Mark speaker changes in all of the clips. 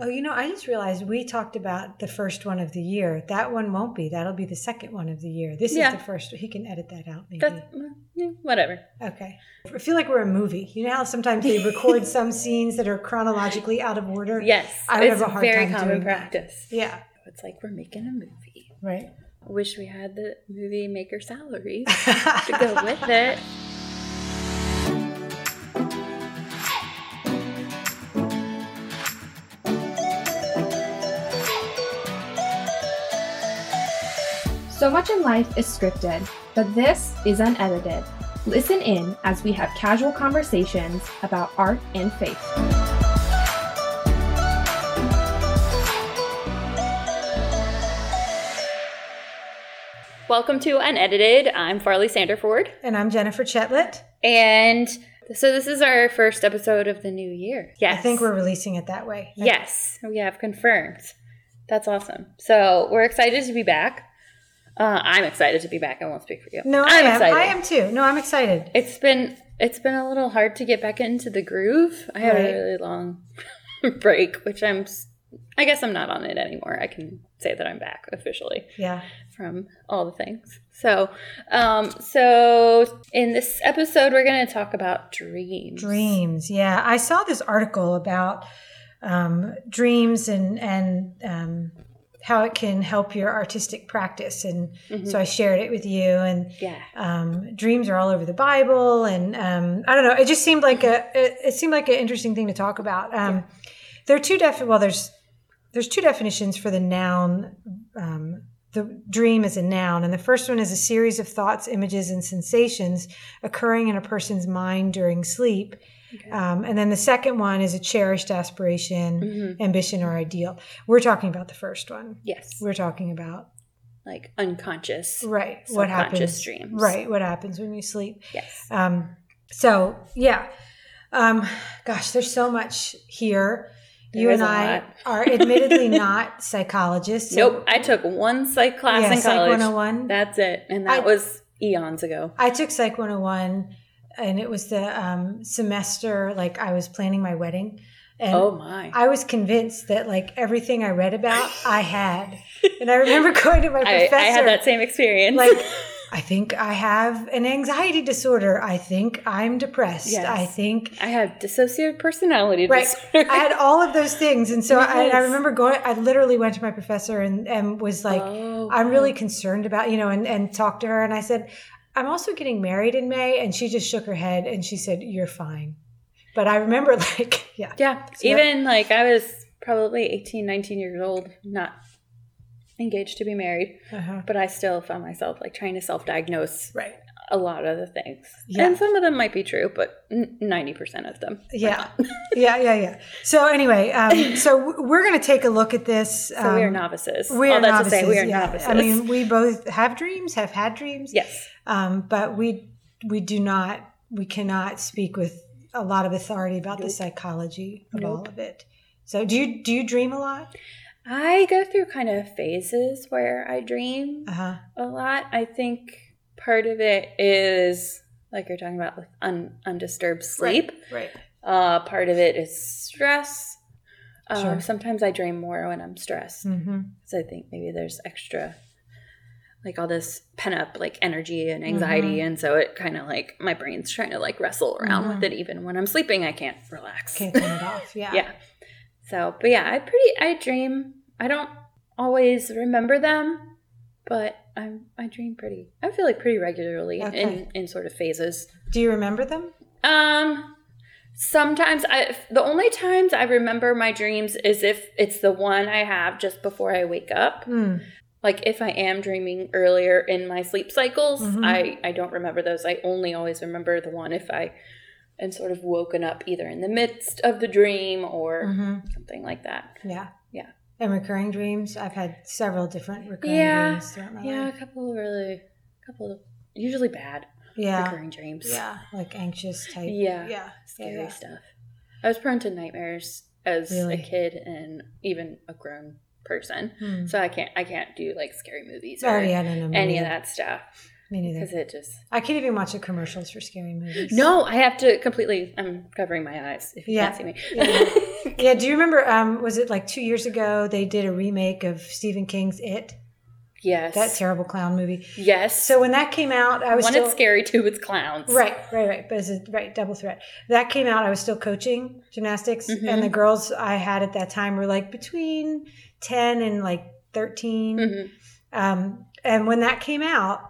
Speaker 1: Oh, you know, I just realized we talked about the first one of the year. That one won't be. That'll be the second one of the year. This
Speaker 2: Yeah.
Speaker 1: is the first. He can edit that out, maybe.
Speaker 2: That's, well, yeah, whatever.
Speaker 1: okay. I feel like we're a movie. You know how sometimes they record some scenes that are chronologically out of order?
Speaker 2: Yes,
Speaker 1: I would
Speaker 2: it's
Speaker 1: have a hard
Speaker 2: very
Speaker 1: time
Speaker 2: common
Speaker 1: doing that.
Speaker 2: practice.
Speaker 1: Yeah.
Speaker 2: It's like we're making a movie.
Speaker 1: Right.
Speaker 2: Wish we had the movie maker salary to go with it.
Speaker 3: So much in life is scripted, but this is unedited. Listen in as we have casual conversations about art and faith.
Speaker 2: Welcome to Unedited. I'm Farley Sanderford.
Speaker 1: and I'm Jennifer Chetlett.
Speaker 2: And so this is our first episode of the new year. Yes.
Speaker 1: I think we're releasing it that way.
Speaker 2: Yes, we have confirmed. That's awesome. So we're excited to be back. Uh, I'm excited to be back. I won't speak for you.
Speaker 1: No, I am.
Speaker 2: excited.
Speaker 1: I am too. No, I'm excited.
Speaker 2: It's been it's been a little hard to get back into the groove. I had
Speaker 1: Right.
Speaker 2: a really long break, which I'm. s- I guess I'm not on it anymore. I can say that I'm back officially
Speaker 1: Yeah.
Speaker 2: from all the things. So, um, so in this episode, we're going to talk about dreams.
Speaker 1: Dreams. Yeah. I saw this article about um, dreams and, and um, how it can help your artistic practice. And
Speaker 2: Mhm.
Speaker 1: so I shared it with you. And
Speaker 2: Yeah.
Speaker 1: um, dreams are all over the Bible, and um, I don't know. It just seemed like a
Speaker 2: Mm-hmm.
Speaker 1: it, it seemed like an interesting thing to talk about. Um, There are two defi- well, there's there's two definitions for the noun. Um, the dream is a noun, and the first one is a series of thoughts, images, and sensations occurring in a person's mind during sleep. Um, and then the second one is a cherished aspiration,
Speaker 2: Mhm.
Speaker 1: ambition, or ideal. We're talking about the first one.
Speaker 2: Yes.
Speaker 1: We're talking about
Speaker 2: like unconscious.
Speaker 1: right what
Speaker 2: Subconscious
Speaker 1: happens
Speaker 2: dreams.
Speaker 1: right what happens when you sleep
Speaker 2: Yes.
Speaker 1: um, so yeah, um, gosh, there's so much here.
Speaker 2: There
Speaker 1: you
Speaker 2: is
Speaker 1: and
Speaker 2: a
Speaker 1: I
Speaker 2: lot.
Speaker 1: are admittedly not psychologists. so-
Speaker 2: nope. I took one psych class
Speaker 1: Yeah,
Speaker 2: in
Speaker 1: Psych
Speaker 2: college.
Speaker 1: 101.
Speaker 2: That's it. And that
Speaker 1: I-
Speaker 2: was eons ago.
Speaker 1: I took Psych 101, and it was the um, semester like I was planning my wedding, and
Speaker 2: oh my.
Speaker 1: I was convinced that like everything I read about, I had. And I remember going to my
Speaker 2: I,
Speaker 1: professor.
Speaker 2: I had that same experience.
Speaker 1: like I think I have an anxiety disorder. I think I'm depressed.
Speaker 2: Yes.
Speaker 1: I think
Speaker 2: I have dissociative personality
Speaker 1: Right.
Speaker 2: disorder.
Speaker 1: I had all of those things. And so I, I
Speaker 2: Yes.
Speaker 1: remember going, I literally went to my professor and, and was like,
Speaker 2: Oh,
Speaker 1: I'm
Speaker 2: wow.
Speaker 1: really concerned about, you know, and, and talked to her. And I said, I'm also getting married in May. And she just shook her head and she said, You're fine. But I remember, like, yeah,
Speaker 2: Yeah.
Speaker 1: So-
Speaker 2: Even like I was probably 18, 19 years old, not engaged to be married,
Speaker 1: uh-huh.
Speaker 2: but I still found myself like trying to self diagnose
Speaker 1: right.
Speaker 2: a lot of the things.
Speaker 1: Yeah.
Speaker 2: And some of them might be true, but n- 90% of them. are
Speaker 1: Yeah.
Speaker 2: not.
Speaker 1: Yeah, yeah, yeah. So, anyway, um, so w- we're going to take a look at this.
Speaker 2: So we are
Speaker 1: um,
Speaker 2: novices. Oh,
Speaker 1: We
Speaker 2: All
Speaker 1: are
Speaker 2: that
Speaker 1: novices.
Speaker 2: to say, we are
Speaker 1: yeah.
Speaker 2: novices.
Speaker 1: I mean, we both have dreams, have had dreams.
Speaker 2: yes.
Speaker 1: um, but we we do not we cannot speak with a lot of authority about the
Speaker 2: Nope.
Speaker 1: psychology of all
Speaker 2: Nope.
Speaker 1: of it. So do you do you dream a lot?
Speaker 2: I go through kind of phases where I dream
Speaker 1: Uh huh.
Speaker 2: a lot. I think part of it is like you're talking about with un- undisturbed sleep.
Speaker 1: Right.
Speaker 2: Uh, part of it is stress. Um,
Speaker 1: Sure.
Speaker 2: Sometimes I dream more when I'm stressed
Speaker 1: Mm-hmm.
Speaker 2: because I think maybe there's extra, like all this pent up like energy and
Speaker 1: Mm-hmm.
Speaker 2: anxiety, and so it kind of like my brain's trying to like wrestle around with
Speaker 1: Mhm.
Speaker 2: it. Even when I'm sleeping, I can't relax.
Speaker 1: Can't turn it off. Yeah.
Speaker 2: yeah. So, but yeah, I pretty I dream. I don't always remember them, but I'm I dream pretty. I feel like pretty regularly
Speaker 1: Okay.
Speaker 2: in in sort of phases.
Speaker 1: Do you remember them?
Speaker 2: Um, sometimes I the only times I remember my dreams is if it's the one I have just before I wake up.
Speaker 1: Mm.
Speaker 2: Like if I am dreaming earlier in my sleep cycles,
Speaker 1: Mhm.
Speaker 2: I I don't remember those. I only always remember the one if I am sort of woken up either in the midst of the dream or
Speaker 1: hmm
Speaker 2: something like that.
Speaker 1: Yeah.
Speaker 2: Yeah.
Speaker 1: And recurring dreams. I've had several different recurring
Speaker 2: Yeah.
Speaker 1: dreams throughout my
Speaker 2: Yeah, a
Speaker 1: life.
Speaker 2: couple of really, a couple of usually bad
Speaker 1: Yeah.
Speaker 2: recurring dreams.
Speaker 1: Yeah. Like anxious type.
Speaker 2: Yeah.
Speaker 1: Yeah.
Speaker 2: Scary
Speaker 1: Yeah.
Speaker 2: stuff. I was prone to nightmares as
Speaker 1: Really?
Speaker 2: a kid and even a grown person.
Speaker 1: Hmm.
Speaker 2: So I can't I can't do like scary movies or
Speaker 1: Oh yeah, no, no, me
Speaker 2: any of
Speaker 1: neither.
Speaker 2: that stuff.
Speaker 1: Me neither.
Speaker 2: because it just.
Speaker 1: I can't even watch the commercials for scary movies.
Speaker 2: No, I have to completely. I'm covering my eyes if you
Speaker 1: Yeah.
Speaker 2: can't see me.
Speaker 1: Yeah, do you remember? Um, was it like two years ago? They did a remake of Stephen King's It,
Speaker 2: yes.
Speaker 1: that terrible clown movie.
Speaker 2: Yes.
Speaker 1: So when that came out, I was
Speaker 2: one,
Speaker 1: still
Speaker 2: it's scary. Two, it's clowns.
Speaker 1: Right, right, right. But it's a right double threat. That came out. I was still coaching gymnastics,
Speaker 2: Mhm.
Speaker 1: and the girls I had at that time were like between ten and like 13
Speaker 2: Mhm.
Speaker 1: Um, and when that came out,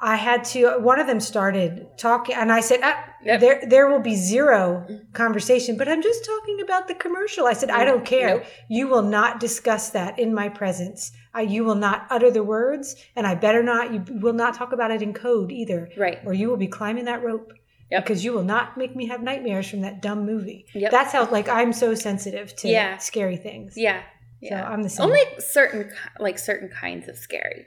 Speaker 1: I had to. One of them started talking, and I said, ah,
Speaker 2: Yep. Mm-hmm.
Speaker 1: "There, there will be zero conversation." But I'm just talking about the commercial. I said, "I don't care.
Speaker 2: Nope.
Speaker 1: You will not discuss that in my presence. I, you will not utter the words, and I better not. You will not talk about it in code either."
Speaker 2: Right.
Speaker 1: or you will be climbing that rope
Speaker 2: Yep.
Speaker 1: because you will not make me have nightmares from that dumb movie.
Speaker 2: Yep.
Speaker 1: That's how like I'm so sensitive to
Speaker 2: Yeah.
Speaker 1: scary things.
Speaker 2: Yeah.
Speaker 1: So
Speaker 2: Yeah.
Speaker 1: I'm the same.
Speaker 2: Only certain ki- like certain kinds of scary.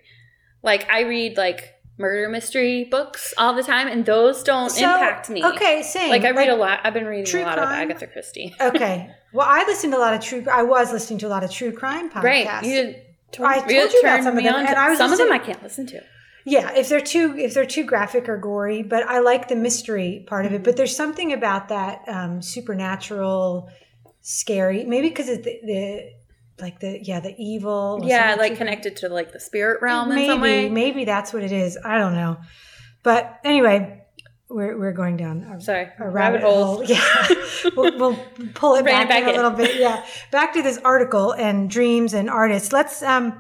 Speaker 2: Like I read like murder mystery books all the time, and those don't
Speaker 1: So,
Speaker 2: impact me.
Speaker 1: Okay, same.
Speaker 2: Like I read a lot. I've been
Speaker 1: true
Speaker 2: reading a lot
Speaker 1: crime.
Speaker 2: of Agatha Christie.
Speaker 1: okay. Well, I listened to a lot of true. I was listening to a lot of true crime podcasts.
Speaker 2: Right. You tur-
Speaker 1: I told you about
Speaker 2: turned
Speaker 1: some of
Speaker 2: me
Speaker 1: them,
Speaker 2: on to-
Speaker 1: and I was
Speaker 2: some of them I
Speaker 1: listening-
Speaker 2: can't listen to.
Speaker 1: Yeah, if they're too if they're too graphic or gory, but I like the mystery part of it. But there's something about that um, supernatural, scary. Maybe because it's the, the like the yeah the evil. or
Speaker 2: Yeah,
Speaker 1: something
Speaker 2: like
Speaker 1: too-
Speaker 2: connected to like the spirit realm
Speaker 1: maybe,
Speaker 2: in some way.
Speaker 1: Maybe that's what it is. I don't know. But anyway, we're, we're going down a,
Speaker 2: Sorry,
Speaker 1: a rabbit, hole. Yeah. we'll, we'll pull it
Speaker 2: Rein it
Speaker 1: back, in
Speaker 2: back
Speaker 1: a little bit. Yeah. Back to this article and dreams and artists. Let's, um,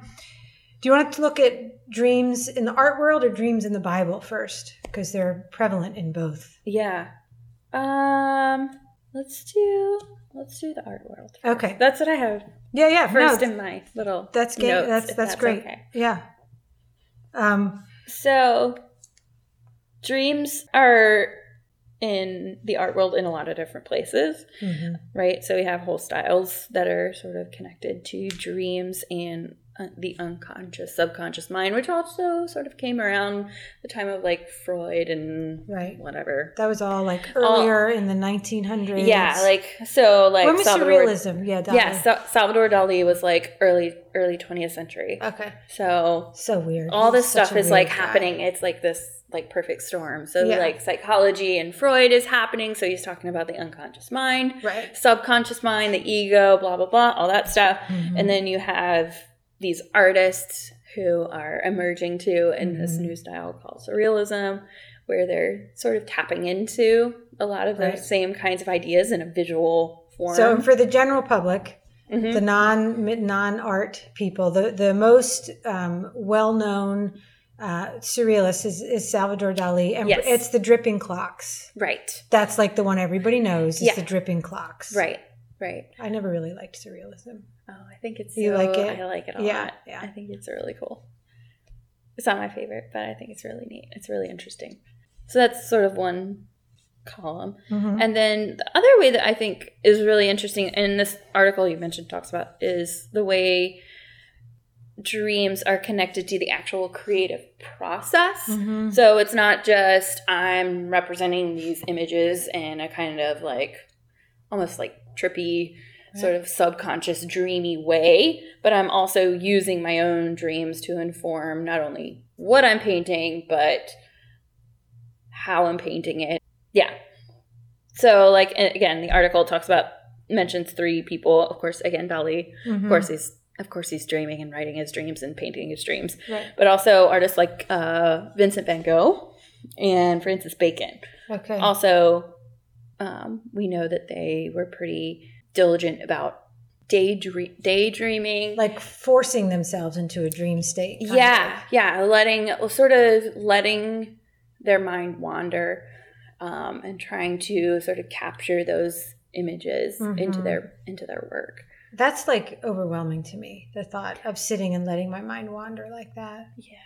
Speaker 1: do you want to look at dreams in the art world or dreams in the Bible first? Because they're prevalent in both.
Speaker 2: Yeah. Um. Let's do. Let's do the art world. first.
Speaker 1: Okay.
Speaker 2: That's what I have
Speaker 1: Yeah. Yeah. no,
Speaker 2: first in my little.
Speaker 1: that's gay.
Speaker 2: notes,
Speaker 1: That's,
Speaker 2: if
Speaker 1: that's great.
Speaker 2: okay.
Speaker 1: Yeah. Um,
Speaker 2: So, dreams are in the art world in a lot of different places,
Speaker 1: mhm.
Speaker 2: right? So we have whole styles that are sort of connected to dreams and uh, the unconscious, subconscious mind, which also sort of came around the time of like Freud and
Speaker 1: Right.
Speaker 2: whatever.
Speaker 1: That was all like
Speaker 2: All-
Speaker 1: earlier in the 1900s.
Speaker 2: Yeah, like so, like
Speaker 1: when was
Speaker 2: Salvador.
Speaker 1: surrealism? Yeah, Dali.
Speaker 2: Yeah, Sa- Salvador Dali was like early early 20th century.
Speaker 1: Okay.
Speaker 2: So
Speaker 1: So weird.
Speaker 2: all this
Speaker 1: He's such
Speaker 2: stuff
Speaker 1: a
Speaker 2: is like
Speaker 1: weird guy.
Speaker 2: happening. It's like this like perfect storm. So
Speaker 1: Yeah.
Speaker 2: like psychology and Freud is happening. So he's talking about the unconscious mind,
Speaker 1: Right.
Speaker 2: subconscious mind, the ego, blah blah blah, all that stuff.
Speaker 1: Mhm.
Speaker 2: And then you have these artists who are emerging too in this
Speaker 1: Mhm.
Speaker 2: new style called surrealism, where they're sort of tapping into a lot of
Speaker 1: Right.
Speaker 2: those same kinds of ideas in a visual form.
Speaker 1: Mm-hmm. so for the general public,
Speaker 2: Mhm.
Speaker 1: the non non art people, the the most um, well known uh, surrealist is, is Salvador Dali, and
Speaker 2: Yes.
Speaker 1: it's the dripping clocks.
Speaker 2: right,
Speaker 1: That's like the one everybody knows is
Speaker 2: Yeah.
Speaker 1: the dripping clocks.
Speaker 2: right, right.
Speaker 1: I never really liked surrealism.
Speaker 2: Oh, I think it's
Speaker 1: You
Speaker 2: so-
Speaker 1: like it?
Speaker 2: I like it a
Speaker 1: Yeah,
Speaker 2: lot.
Speaker 1: yeah.
Speaker 2: I think it's really cool. It's not my favorite, but I think it's really neat. It's really interesting. So that's sort of one column.
Speaker 1: Mhm.
Speaker 2: And then the other way that I think is really interesting in this article you mentioned talks about is the way dreams are connected to the actual creative process.
Speaker 1: Mhm.
Speaker 2: So it's not just I'm representing these images in a kind of like almost like trippy sort of subconscious dreamy way, but I'm also using my own dreams to inform not only what I'm painting but how I'm painting it. Yeah. So like a- again, the article talks about mentions three people, of course again Dali.
Speaker 1: Mhm.
Speaker 2: Of course he's of course he's dreaming and writing his dreams and painting his dreams
Speaker 1: Mm-hmm. Right.
Speaker 2: but also artists like uh, Vincent van Gogh and Francis Bacon.
Speaker 1: Okay.
Speaker 2: Also, um, we know that they were pretty diligent about daydream- daydreaming.
Speaker 1: like forcing themselves into a dream state. kind of.
Speaker 2: yeah, yeah, letting well, sort of letting their mind wander um, and trying to sort of capture those images into
Speaker 1: Mhm.
Speaker 2: their into their work.
Speaker 1: That's like overwhelming to me. The thought of sitting and letting my mind wander like that.
Speaker 2: Yeah.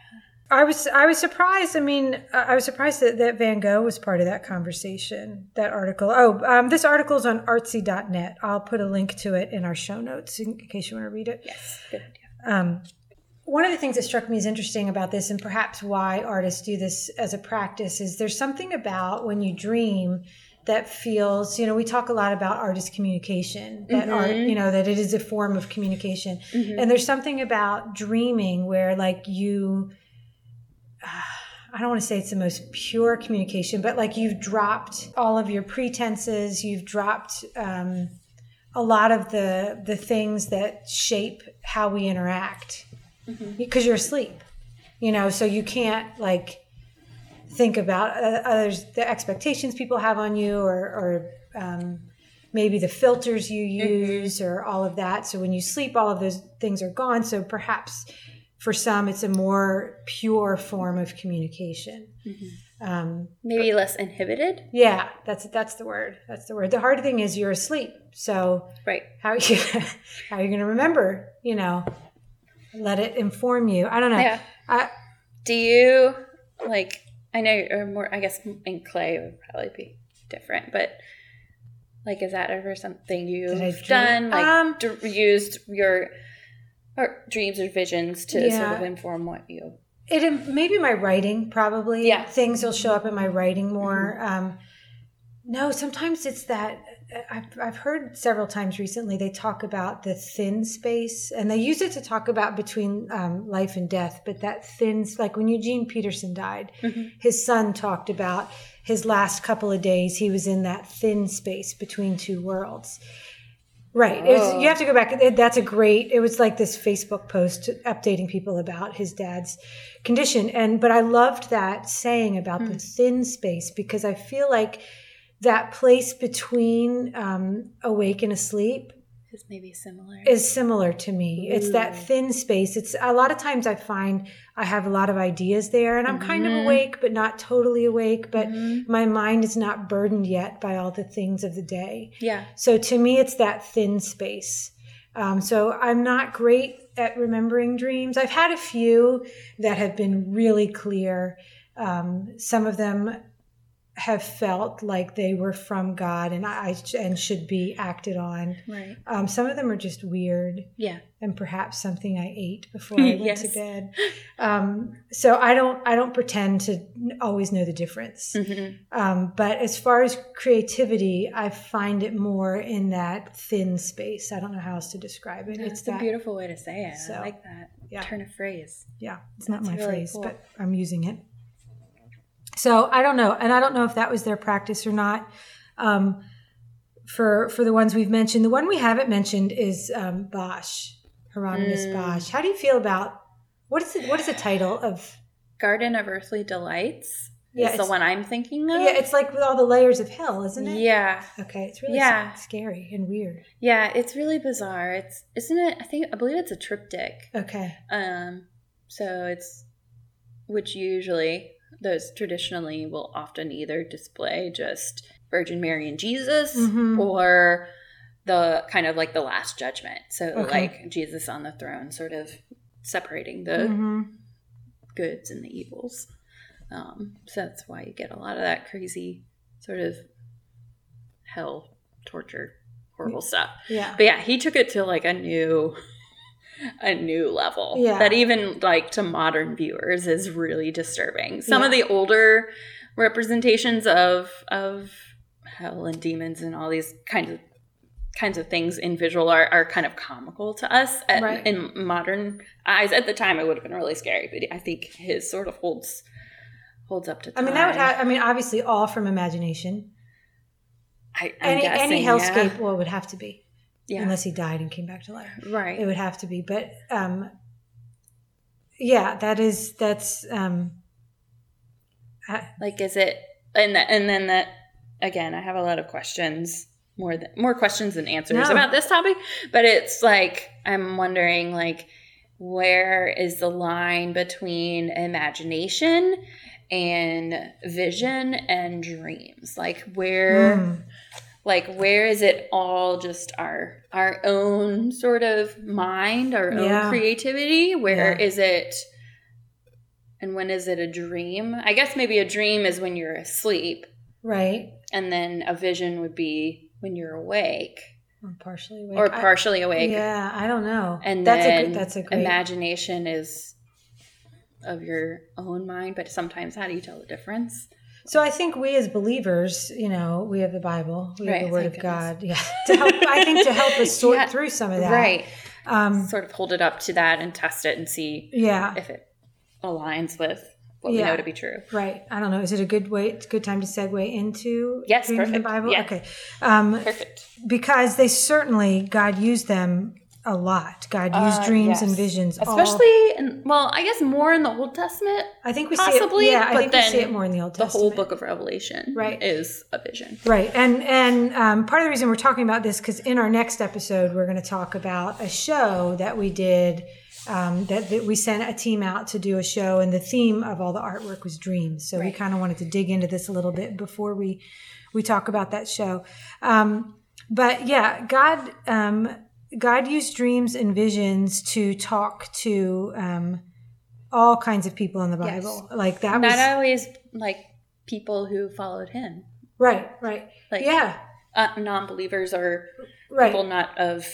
Speaker 1: I was I was surprised. I mean, I I was surprised that, that Van Gogh was part of that conversation. That article. Oh, um, this article is on artsy.net. I'll put a link to it in our show notes in case you want to read it.
Speaker 2: Yes. Good idea.
Speaker 1: Um, one of the things that struck me as interesting about this, and perhaps why artists do this as a practice, is there's something about when you dream that feels, you know, we talk a lot about artist communication, that art,
Speaker 2: Mhm.
Speaker 1: you know, that it is a form of communication.
Speaker 2: Mhm.
Speaker 1: And there's something about dreaming where, like, you, uh, I don't want to say it's the most pure communication, but like you've dropped all of your pretenses, you've dropped um, a lot of the the things that shape how we interact because you're asleep, you know, so you can't like think about uh, others the expectations people have on you or, or um, maybe the filters you use or all of that so when you sleep all of those things are gone so perhaps for some it's a more pure form of communication um,
Speaker 2: Maybe less inhibited.
Speaker 1: yeah that's that's the word that's the word the hard thing is you're asleep so
Speaker 2: Right.
Speaker 1: how are you how are you going to remember you know let it inform you i don't know
Speaker 2: Yeah.
Speaker 1: I,
Speaker 2: Do you like? I know you're more. I guess in clay would probably be different, but like, is that ever something
Speaker 1: Did I
Speaker 2: you've
Speaker 1: dream-
Speaker 2: done? Like,
Speaker 1: Um,
Speaker 2: d- used your or dreams or visions to sort
Speaker 1: Yeah.
Speaker 2: of inform what you?
Speaker 1: It maybe my writing probably.
Speaker 2: Yeah. Mm-hmm.
Speaker 1: Things will show up in my writing more. Um, no, sometimes it's that uh, I've, I've heard several times recently they talk about the thin space and they use it to talk about between um, life and death. But that thin, s- like when Eugene Peterson died,
Speaker 2: Mm-hmm.
Speaker 1: his son talked about his last couple of days he was in that thin space between two worlds. Right. It was, you have to go back. It- That's a great. It was like this Facebook post updating people about his dad's condition, and but I loved that saying about the thin space because I feel like that place between um, awake and asleep
Speaker 2: Is maybe similar.
Speaker 1: is similar to me. It's that thin space. It's a lot of times I find I have a lot of ideas there and I'm kind of
Speaker 2: Mhm.
Speaker 1: awake but not totally awake, but
Speaker 2: Mhm.
Speaker 1: my mind is not burdened yet by all the things of the day.
Speaker 2: yeah.
Speaker 1: So to me, it's that thin space. Um, so I'm not great at remembering dreams. I've had a few that have been really clear. Um, some of them have felt like they were from God and I I- and should be acted on.
Speaker 2: Right.
Speaker 1: Um, some of them are just weird
Speaker 2: Yeah.
Speaker 1: and perhaps something I ate before I went to
Speaker 2: Yes.
Speaker 1: bed. Um, so I don't I don't pretend to n- always know the difference.
Speaker 2: Mhm.
Speaker 1: Um, but as far as creativity, I find it more in that thin space. I don't know how else to describe it. it's
Speaker 2: That's a
Speaker 1: that,
Speaker 2: beautiful way to say it.
Speaker 1: So,
Speaker 2: I like that
Speaker 1: yeah.
Speaker 2: turn of phrase.
Speaker 1: yeah, it's not
Speaker 2: That's
Speaker 1: my
Speaker 2: really
Speaker 1: phrase,
Speaker 2: cool.
Speaker 1: but I'm using it. So I don't know, and I don't know if that was their practice or not. Um, for for the ones we've mentioned, the one we haven't mentioned is um, Bosch, Hieronymus
Speaker 2: Mm.
Speaker 1: Bosch. How do you feel about what is the, what is the title of?
Speaker 2: Garden of Earthly Delights
Speaker 1: Yeah,
Speaker 2: is the
Speaker 1: it's-
Speaker 2: one I'm thinking of.
Speaker 1: Yeah, it's like with all the layers of hell, isn't it?
Speaker 2: Yeah.
Speaker 1: Okay, it's really
Speaker 2: Yeah.
Speaker 1: s- scary and weird.
Speaker 2: Yeah, it's really bizarre. It's isn't it? I think I believe it's a triptych.
Speaker 1: Okay.
Speaker 2: Um, so it's which usually those traditionally will often either display just Virgin Mary and Jesus
Speaker 1: Mhm.
Speaker 2: or the kind of like the Last Judgment. So
Speaker 1: Okay.
Speaker 2: like Jesus on the throne, sort of separating the
Speaker 1: hmm
Speaker 2: goods and the evils. Um, so that's why you get a lot of that crazy sort of hell, torture, horrible stuff.
Speaker 1: Yeah.
Speaker 2: But yeah, he took it to like a new a new level
Speaker 1: Yeah.
Speaker 2: that even like to modern viewers is really disturbing. Some of
Speaker 1: Yeah.
Speaker 2: the older representations of of hell and demons and all these kinds of kinds of things in visual art are kind of comical to us at,
Speaker 1: Right.
Speaker 2: in modern eyes. At the time, it would have been really scary, but I think his sort of holds holds up to.
Speaker 1: I
Speaker 2: Time.
Speaker 1: mean, that would have, I mean, obviously, all from imagination.
Speaker 2: I, I'm
Speaker 1: Any, any
Speaker 2: guessing,
Speaker 1: hellscape, well, it would have to be,
Speaker 2: Yeah,
Speaker 1: unless he died and came back to life.
Speaker 2: yeah. right.
Speaker 1: It would have to be. But um, yeah, that is, that's, um,
Speaker 2: like is it and th- and then that again i have a lot of questions more than more questions than answers
Speaker 1: No.
Speaker 2: about this topic but it's like i'm wondering like where is the line between imagination and vision and dreams like where
Speaker 1: mm,
Speaker 2: like where is it all just our our own sort of mind our
Speaker 1: Yeah.
Speaker 2: own creativity Where
Speaker 1: Yeah.
Speaker 2: is it and when is it a dream i guess maybe a dream is when you're asleep
Speaker 1: right?
Speaker 2: and then a vision would be when you're awake
Speaker 1: Or partially awake.
Speaker 2: or
Speaker 1: I-
Speaker 2: partially awake
Speaker 1: Yeah, I don't know.
Speaker 2: and
Speaker 1: that's
Speaker 2: then
Speaker 1: a, gr- that's a great,
Speaker 2: imagination is of your own mind but sometimes how do you tell the difference
Speaker 1: So I think we as believers, you know, we have the Bible, we have
Speaker 2: Right,
Speaker 1: the Word
Speaker 2: thank
Speaker 1: of
Speaker 2: goodness.
Speaker 1: God. Yeah, to help, I think to help us sort
Speaker 2: Yeah.
Speaker 1: through some of that.
Speaker 2: right
Speaker 1: Um,
Speaker 2: sort of hold it up to that and test it and see
Speaker 1: yeah.
Speaker 2: if it aligns with what we
Speaker 1: Yeah.
Speaker 2: know to be true.
Speaker 1: Right. I don't know. Is it a good way? It's a good time to segue into
Speaker 2: Yes,
Speaker 1: dreams in the
Speaker 2: perfect.
Speaker 1: Bible.
Speaker 2: Yes.
Speaker 1: Okay. Um,
Speaker 2: Perfect.
Speaker 1: because they certainly God used them a lot. God used
Speaker 2: Uh,
Speaker 1: dreams and
Speaker 2: yes.
Speaker 1: visions, all-
Speaker 2: Especially, in, well, I guess more in the Old Testament.
Speaker 1: I think we
Speaker 2: possibly,
Speaker 1: see it. Yeah, I
Speaker 2: but
Speaker 1: think we
Speaker 2: then
Speaker 1: see it more in the Old
Speaker 2: The
Speaker 1: Testament.
Speaker 2: whole book of Revelation
Speaker 1: Right.
Speaker 2: is a vision.
Speaker 1: Right, and and um, part of the reason we're talking about this because in our next episode we're going to talk about a show that we did um, that, that we sent a team out to do a show, and the theme of all the artwork was dreams. So we
Speaker 2: Right.
Speaker 1: kind of wanted to dig into this a little bit before we we talk about that show. Um, but yeah, God um, God used dreams and visions to talk to um, all kinds of people in the
Speaker 2: Yes.
Speaker 1: Bible. Like that was
Speaker 2: Not always like people who followed him.
Speaker 1: right, right,
Speaker 2: Like
Speaker 1: yeah,
Speaker 2: uh, non-believers or
Speaker 1: right.
Speaker 2: people not of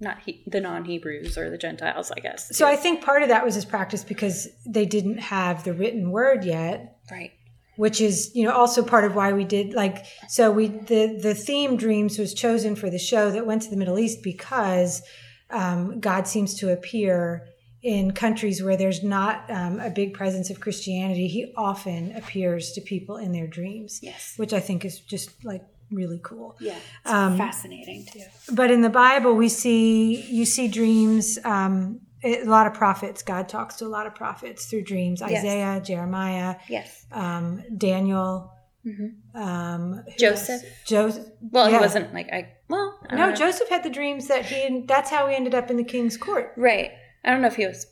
Speaker 2: not he, the non-Hebrews or the Gentiles, I guess.
Speaker 1: So I think part of that was his practice because they didn't have the written word yet,
Speaker 2: right.
Speaker 1: which is you know also part of why we did like so we the the theme dreams was chosen for the show that went to the Middle East because um, God seems to appear in countries where there's not um, a big presence of Christianity. He often appears to people in their dreams,
Speaker 2: Yes.
Speaker 1: which I think is just like really cool
Speaker 2: Yeah. It's
Speaker 1: Um,
Speaker 2: fascinating too.
Speaker 1: but in the Bible, we see you see dreams. Um, a lot of prophets. God talks to a lot of prophets through dreams.
Speaker 2: Yes.
Speaker 1: Isaiah, Jeremiah,
Speaker 2: Yes.
Speaker 1: um, Daniel,
Speaker 2: Mhm.
Speaker 1: um, who
Speaker 2: Joseph.
Speaker 1: else? Joseph.
Speaker 2: Well,
Speaker 1: Yeah.
Speaker 2: he wasn't like I. Well, I
Speaker 1: No,
Speaker 2: don't know.
Speaker 1: Joseph had the dreams that he. That's how he ended up in the king's court.
Speaker 2: Right. I don't know if he was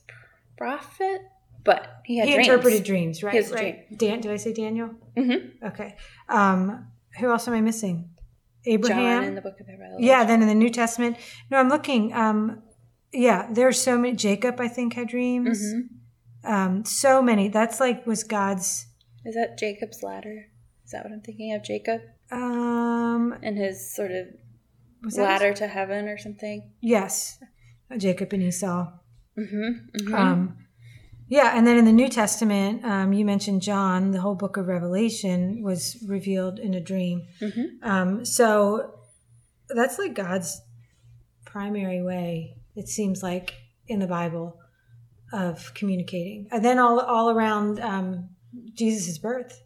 Speaker 2: prophet, but he had
Speaker 1: he
Speaker 2: dreams.
Speaker 1: interpreted dreams, right?
Speaker 2: has a
Speaker 1: right. Dan, did I say Daniel?
Speaker 2: Mhm.
Speaker 1: Okay. Um, who else am I missing? Abraham.
Speaker 2: John in the book of Revelation.
Speaker 1: Yeah, then in the New Testament. No, I'm looking. Um, yeah, there's so many. Jacob, I think, had dreams.
Speaker 2: Mhm.
Speaker 1: Um, so many. That's like was God's.
Speaker 2: Is that Jacob's ladder? Is that what I'm thinking of? Jacob
Speaker 1: Um,
Speaker 2: and his sort of
Speaker 1: was that his-
Speaker 2: ladder to heaven or something.
Speaker 1: yes, Jacob and Esau.
Speaker 2: Mm-hmm.
Speaker 1: Um, yeah, and then in the New Testament, um, you mentioned John. The whole book of Revelation was revealed in a dream.
Speaker 2: Mhm.
Speaker 1: Um, so that's like God's primary way. It seems like in the Bible of communicating, and then all all around um, Jesus' birth,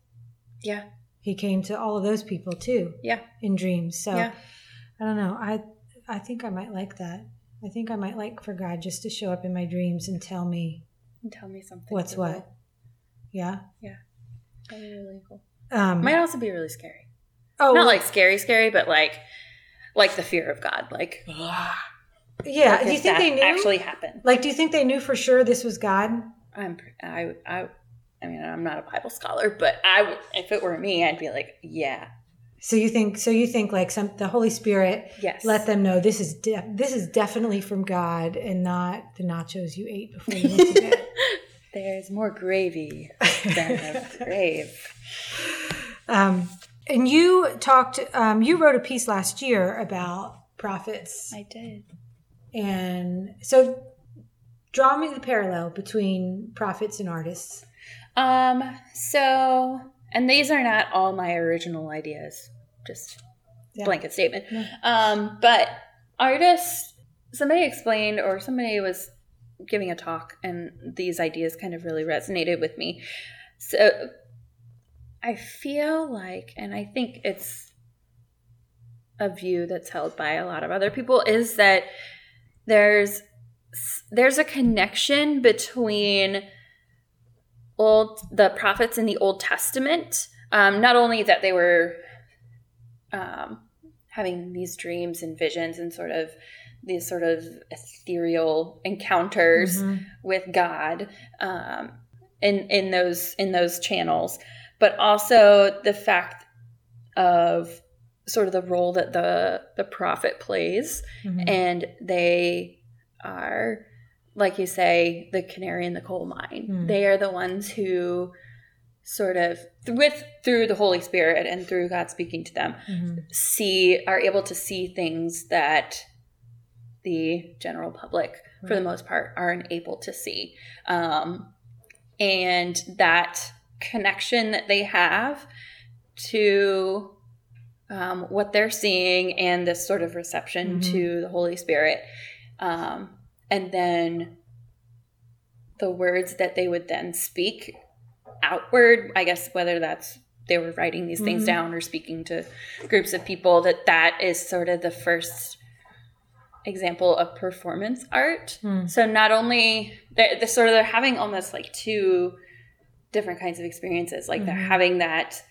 Speaker 2: yeah.
Speaker 1: he came to all of those people too.
Speaker 2: Yeah.
Speaker 1: in dreams. So
Speaker 2: Yeah.
Speaker 1: I don't know. I I think I might like that. I think I might like for God just to show up in my dreams and tell me
Speaker 2: And tell me something.
Speaker 1: What's
Speaker 2: cool.
Speaker 1: what? Yeah.
Speaker 2: That'd be really cool.
Speaker 1: Um,
Speaker 2: Might also be really scary.
Speaker 1: oh,
Speaker 2: Not like scary, scary, but like like the fear of God. Like,
Speaker 1: yeah.
Speaker 2: like
Speaker 1: do you
Speaker 2: if
Speaker 1: think
Speaker 2: that
Speaker 1: they knew?
Speaker 2: actually happened?
Speaker 1: like, do you think they knew for sure this was God?
Speaker 2: I'm pr- I I I mean I'm not a Bible scholar, but I would- if it were me, I'd be like, yeah,
Speaker 1: So you think? So you think like some the Holy Spirit
Speaker 2: yes,
Speaker 1: let them know this is de- this is definitely from God and not the nachos you ate before you went to bed.
Speaker 2: There's more gravy than a grave.
Speaker 1: Um, and you talked. Um, you wrote a piece last year about prophets,
Speaker 2: I did.
Speaker 1: and so draw me the parallel between prophets and artists.
Speaker 2: Um. So, and these are not all my original ideas. Just
Speaker 1: Yeah.
Speaker 2: blanket statement.
Speaker 1: Yeah.
Speaker 2: Um. But artists. Somebody explained, or somebody was giving a talk, and these ideas kind of really resonated with me. So, I feel like, and I think it's a view that's held by a lot of other people, is that there's there's a connection between old the prophets in the Old Testament. Um, not only that they were um, having these dreams and visions and sort of these sort of ethereal encounters
Speaker 1: Mhm.
Speaker 2: with God um, in in those in those channels, but also the fact of sort of the role that the the prophet plays
Speaker 1: Mhm.
Speaker 2: and they are like you say the canary in the coal mine
Speaker 1: Hmm.
Speaker 2: they are the ones who sort of with through the holy spirit and through god speaking to them
Speaker 1: Mhm.
Speaker 2: see are able to see things that the general public for the
Speaker 1: Right.
Speaker 2: most part are unable to see um, and that connection that they have to um, what they're seeing and this sort of reception
Speaker 1: Mhm.
Speaker 2: to the holy spirit um, and then the words that they would then speak outward i guess whether that's they were writing these things
Speaker 1: Mhm.
Speaker 2: down or speaking to groups of people that that is sort of the first example of performance art
Speaker 1: Hmm.
Speaker 2: so not only they're, they're sort of they're having almost like two different kinds of experiences like they're
Speaker 1: Mhm.
Speaker 2: having that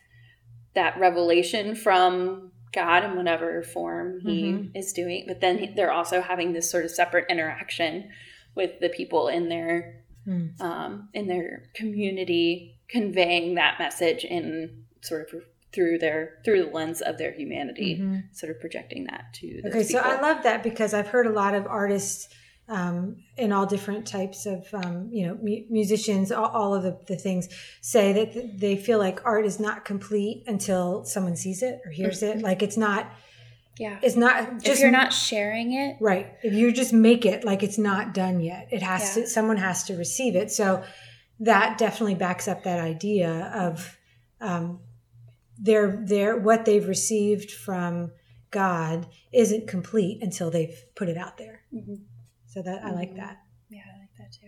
Speaker 2: that revelation from god in whatever form he
Speaker 1: Mhm.
Speaker 2: is doing but then he- they're also having this sort of separate interaction with the people in their
Speaker 1: Hmm.
Speaker 2: um, in their community, conveying that message in sort of through their through the lens of their humanity,
Speaker 1: Mhm.
Speaker 2: sort of projecting that to the
Speaker 1: Okay, so I
Speaker 2: people.
Speaker 1: love that because I've heard a lot of artists um, in all different types of, um, you know, mu- musicians, all, all of the, the things say that th- they feel like art is not complete until someone sees it or hears it. Like it's not,
Speaker 2: Mm-hmm. yeah.
Speaker 1: it's not just
Speaker 2: if you're not sharing it,
Speaker 1: right. If you just make it like it's not done yet, it has
Speaker 2: Yeah.
Speaker 1: to, someone has to receive it. So that definitely backs up that idea of um, their, their, what they've received from God isn't complete until they've put it out there. So that I like
Speaker 2: Mhm.
Speaker 1: that.
Speaker 2: yeah, I like that too.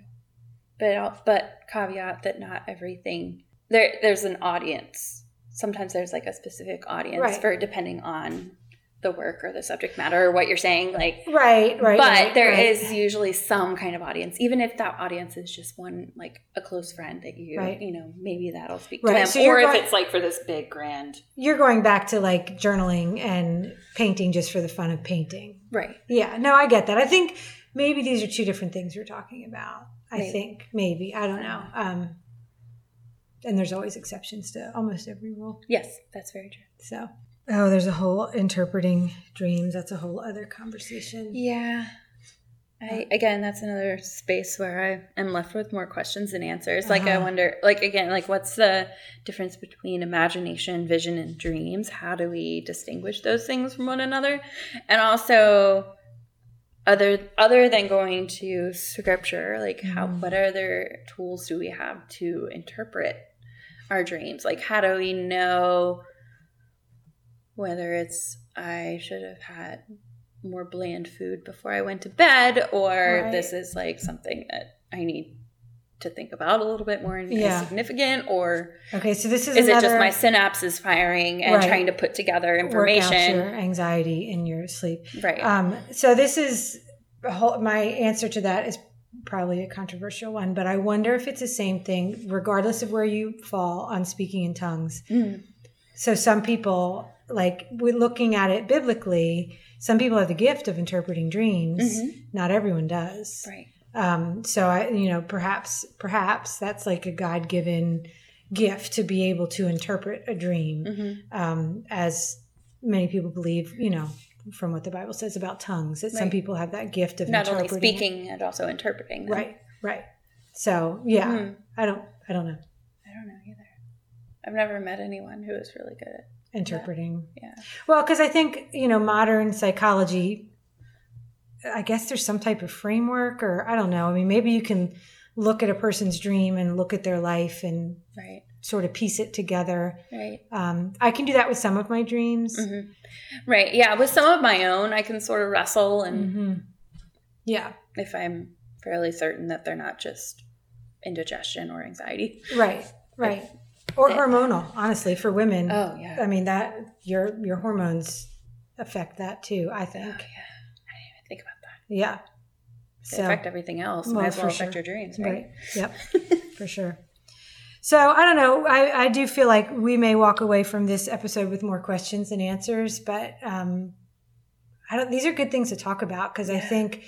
Speaker 2: But I'll, but caveat that not everything there there's an audience. Sometimes there's like a specific audience
Speaker 1: Right.
Speaker 2: for depending on the work or the subject matter or what you're saying. Like
Speaker 1: Right, right.
Speaker 2: but
Speaker 1: right,
Speaker 2: there
Speaker 1: right.
Speaker 2: is usually some kind of audience, even if that audience is just one, like a close friend that you,
Speaker 1: Right.
Speaker 2: you know, maybe that'll speak
Speaker 1: Right,
Speaker 2: to them.
Speaker 1: so
Speaker 2: or
Speaker 1: you're
Speaker 2: if
Speaker 1: going-
Speaker 2: it's like for this big grand,
Speaker 1: You're going back to like journaling and painting just for the fun of painting.
Speaker 2: right?
Speaker 1: Yeah, no, I get that. I think maybe these are two different things you're talking about. I
Speaker 2: Maybe.
Speaker 1: think maybe I don't know. Um, and there's always exceptions to almost every rule.
Speaker 2: Yes, that's very true.
Speaker 1: So oh, there's a whole interpreting dreams. That's a whole other conversation.
Speaker 2: Yeah. I, again, that's another space where I am left with more questions than answers. Like, I
Speaker 1: Uh-huh.
Speaker 2: wonder, like, again, like, what's the difference between imagination, vision, and dreams? How do we distinguish those things from one another? And also, other other than going to scripture, like, how
Speaker 1: Mhm.
Speaker 2: what other tools do we have to interpret our dreams? Like, how do we know whether it's I should have had more bland food before I went to bed, or
Speaker 1: Right.
Speaker 2: this is like something that I need to think about a little bit more and
Speaker 1: Yeah.
Speaker 2: is significant, or
Speaker 1: Okay, so this is
Speaker 2: is it
Speaker 1: another
Speaker 2: just my synapses firing and
Speaker 1: Right.
Speaker 2: trying to put together
Speaker 1: work out
Speaker 2: information?
Speaker 1: your anxiety in your sleep.
Speaker 2: Right.
Speaker 1: Um, so this is a whole, my answer to that is probably a controversial one, but I wonder if it's the same thing, regardless of where you fall on speaking in tongues.
Speaker 2: Mm.
Speaker 1: So some people, like we're looking at it biblically, some people have the gift of interpreting dreams.
Speaker 2: Mhm.
Speaker 1: Not everyone does.
Speaker 2: Right.
Speaker 1: Um, so I, you know, perhaps, perhaps that's like a God given gift to be able to interpret a dream
Speaker 2: hmm
Speaker 1: um, as many people believe, you know, from what the Bible says about tongues, that some
Speaker 2: Right.
Speaker 1: people have that gift of
Speaker 2: Not only
Speaker 1: interpreting.
Speaker 2: speaking and also interpreting. them.
Speaker 1: Right, right. So yeah,
Speaker 2: Mm.
Speaker 1: I don't, I don't know
Speaker 2: I don't know either. I've never met anyone who is really good at
Speaker 1: interpreting.
Speaker 2: Yeah.
Speaker 1: Well, because I think you know modern psychology. I guess there's some type of framework, or I don't know. I mean, maybe you can look at a person's dream and look at their life and
Speaker 2: Right.
Speaker 1: sort of piece it together.
Speaker 2: Right.
Speaker 1: Um, I can do that with some of my dreams.
Speaker 2: Mhm. Right. Yeah. With some of my own, I can sort of wrestle and
Speaker 1: Mhm. Yeah.
Speaker 2: if I'm fairly certain that they're not just indigestion or anxiety.
Speaker 1: Right, right. Or
Speaker 2: that-
Speaker 1: hormonal, honestly, for women.
Speaker 2: Oh yeah.
Speaker 1: I mean that your your hormones affect that too, I
Speaker 2: Oh, yeah. I
Speaker 1: think.
Speaker 2: didn't even think about that.
Speaker 1: Yeah.
Speaker 2: They
Speaker 1: So
Speaker 2: affect everything else.
Speaker 1: Well,
Speaker 2: Might as well
Speaker 1: for
Speaker 2: affect
Speaker 1: sure.
Speaker 2: your dreams, right?
Speaker 1: right. Yep. for sure. So I don't know. I, I do feel like we may walk away from this episode with more questions than answers, but um I don't these are good things to talk about because I
Speaker 2: Yeah.
Speaker 1: think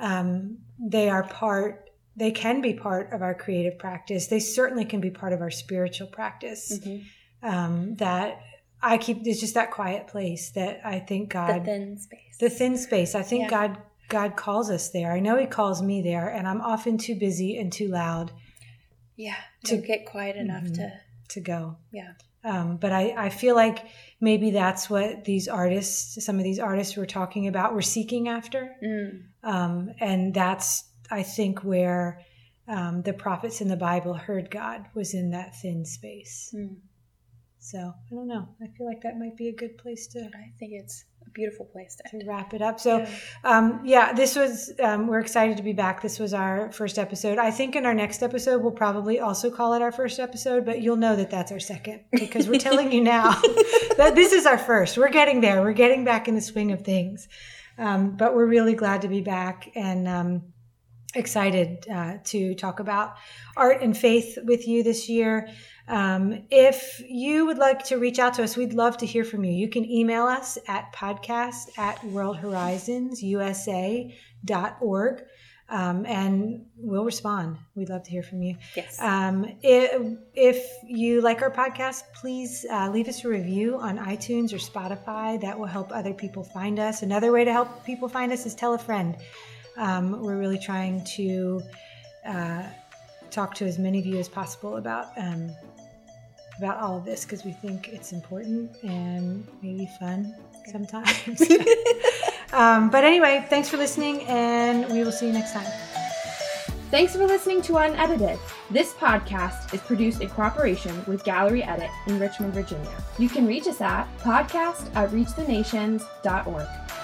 Speaker 1: um they are part they can be part of our creative practice. They certainly can be part of our spiritual practice.
Speaker 2: Mhm.
Speaker 1: um, that I keep. It's just that quiet place that I think God,
Speaker 2: The
Speaker 1: the thin,
Speaker 2: thin space.
Speaker 1: space. I think
Speaker 2: Yeah.
Speaker 1: God, God calls us there. I know He calls me there, and I'm often too busy and too loud
Speaker 2: yeah. To
Speaker 1: to-
Speaker 2: get quiet enough
Speaker 1: Mhm.
Speaker 2: to.
Speaker 1: to go.
Speaker 2: Yeah.
Speaker 1: Um, but I, I feel like maybe that's what these artists, some of these artists we're talking about, were seeking after,
Speaker 2: Mm.
Speaker 1: um, and that's I think where um, the prophets in the Bible heard God was in that thin space.
Speaker 2: Mm.
Speaker 1: So I don't know. I feel like that might be a good place to.
Speaker 2: I think it's beautiful place to end.
Speaker 1: to wrap it up. So, um, yeah, this was, um, we're excited to be back. This was our first episode. I think in our next episode, we'll probably also call it our first episode, but you'll know that that's our second because we're telling you now that this is our first. We're getting there. We're getting back in the swing of things. Um, but we're really glad to be back and um, excited uh, to talk about art and faith with you this year. Um, if you would like to reach out to us, we'd love to hear from you. You can email us at podcast at worldhorizonsusa.org um, and we'll respond. We'd love to hear from you.
Speaker 2: Yes.
Speaker 1: Um, if, if you like our podcast, please uh, leave us a review on iTunes or Spotify. That will help other people find us. Another way to help people find us is tell a friend. Um, we're really trying to uh, talk to as many of you as possible about um, about all of this because we think it's important and maybe fun sometimes. um, but anyway, thanks for listening, and we will see you next time.
Speaker 3: Thanks for listening to Unedited. This podcast is produced in cooperation with Gallery Edit in Richmond, Virginia. You can reach us at podcast at reachthenations.org.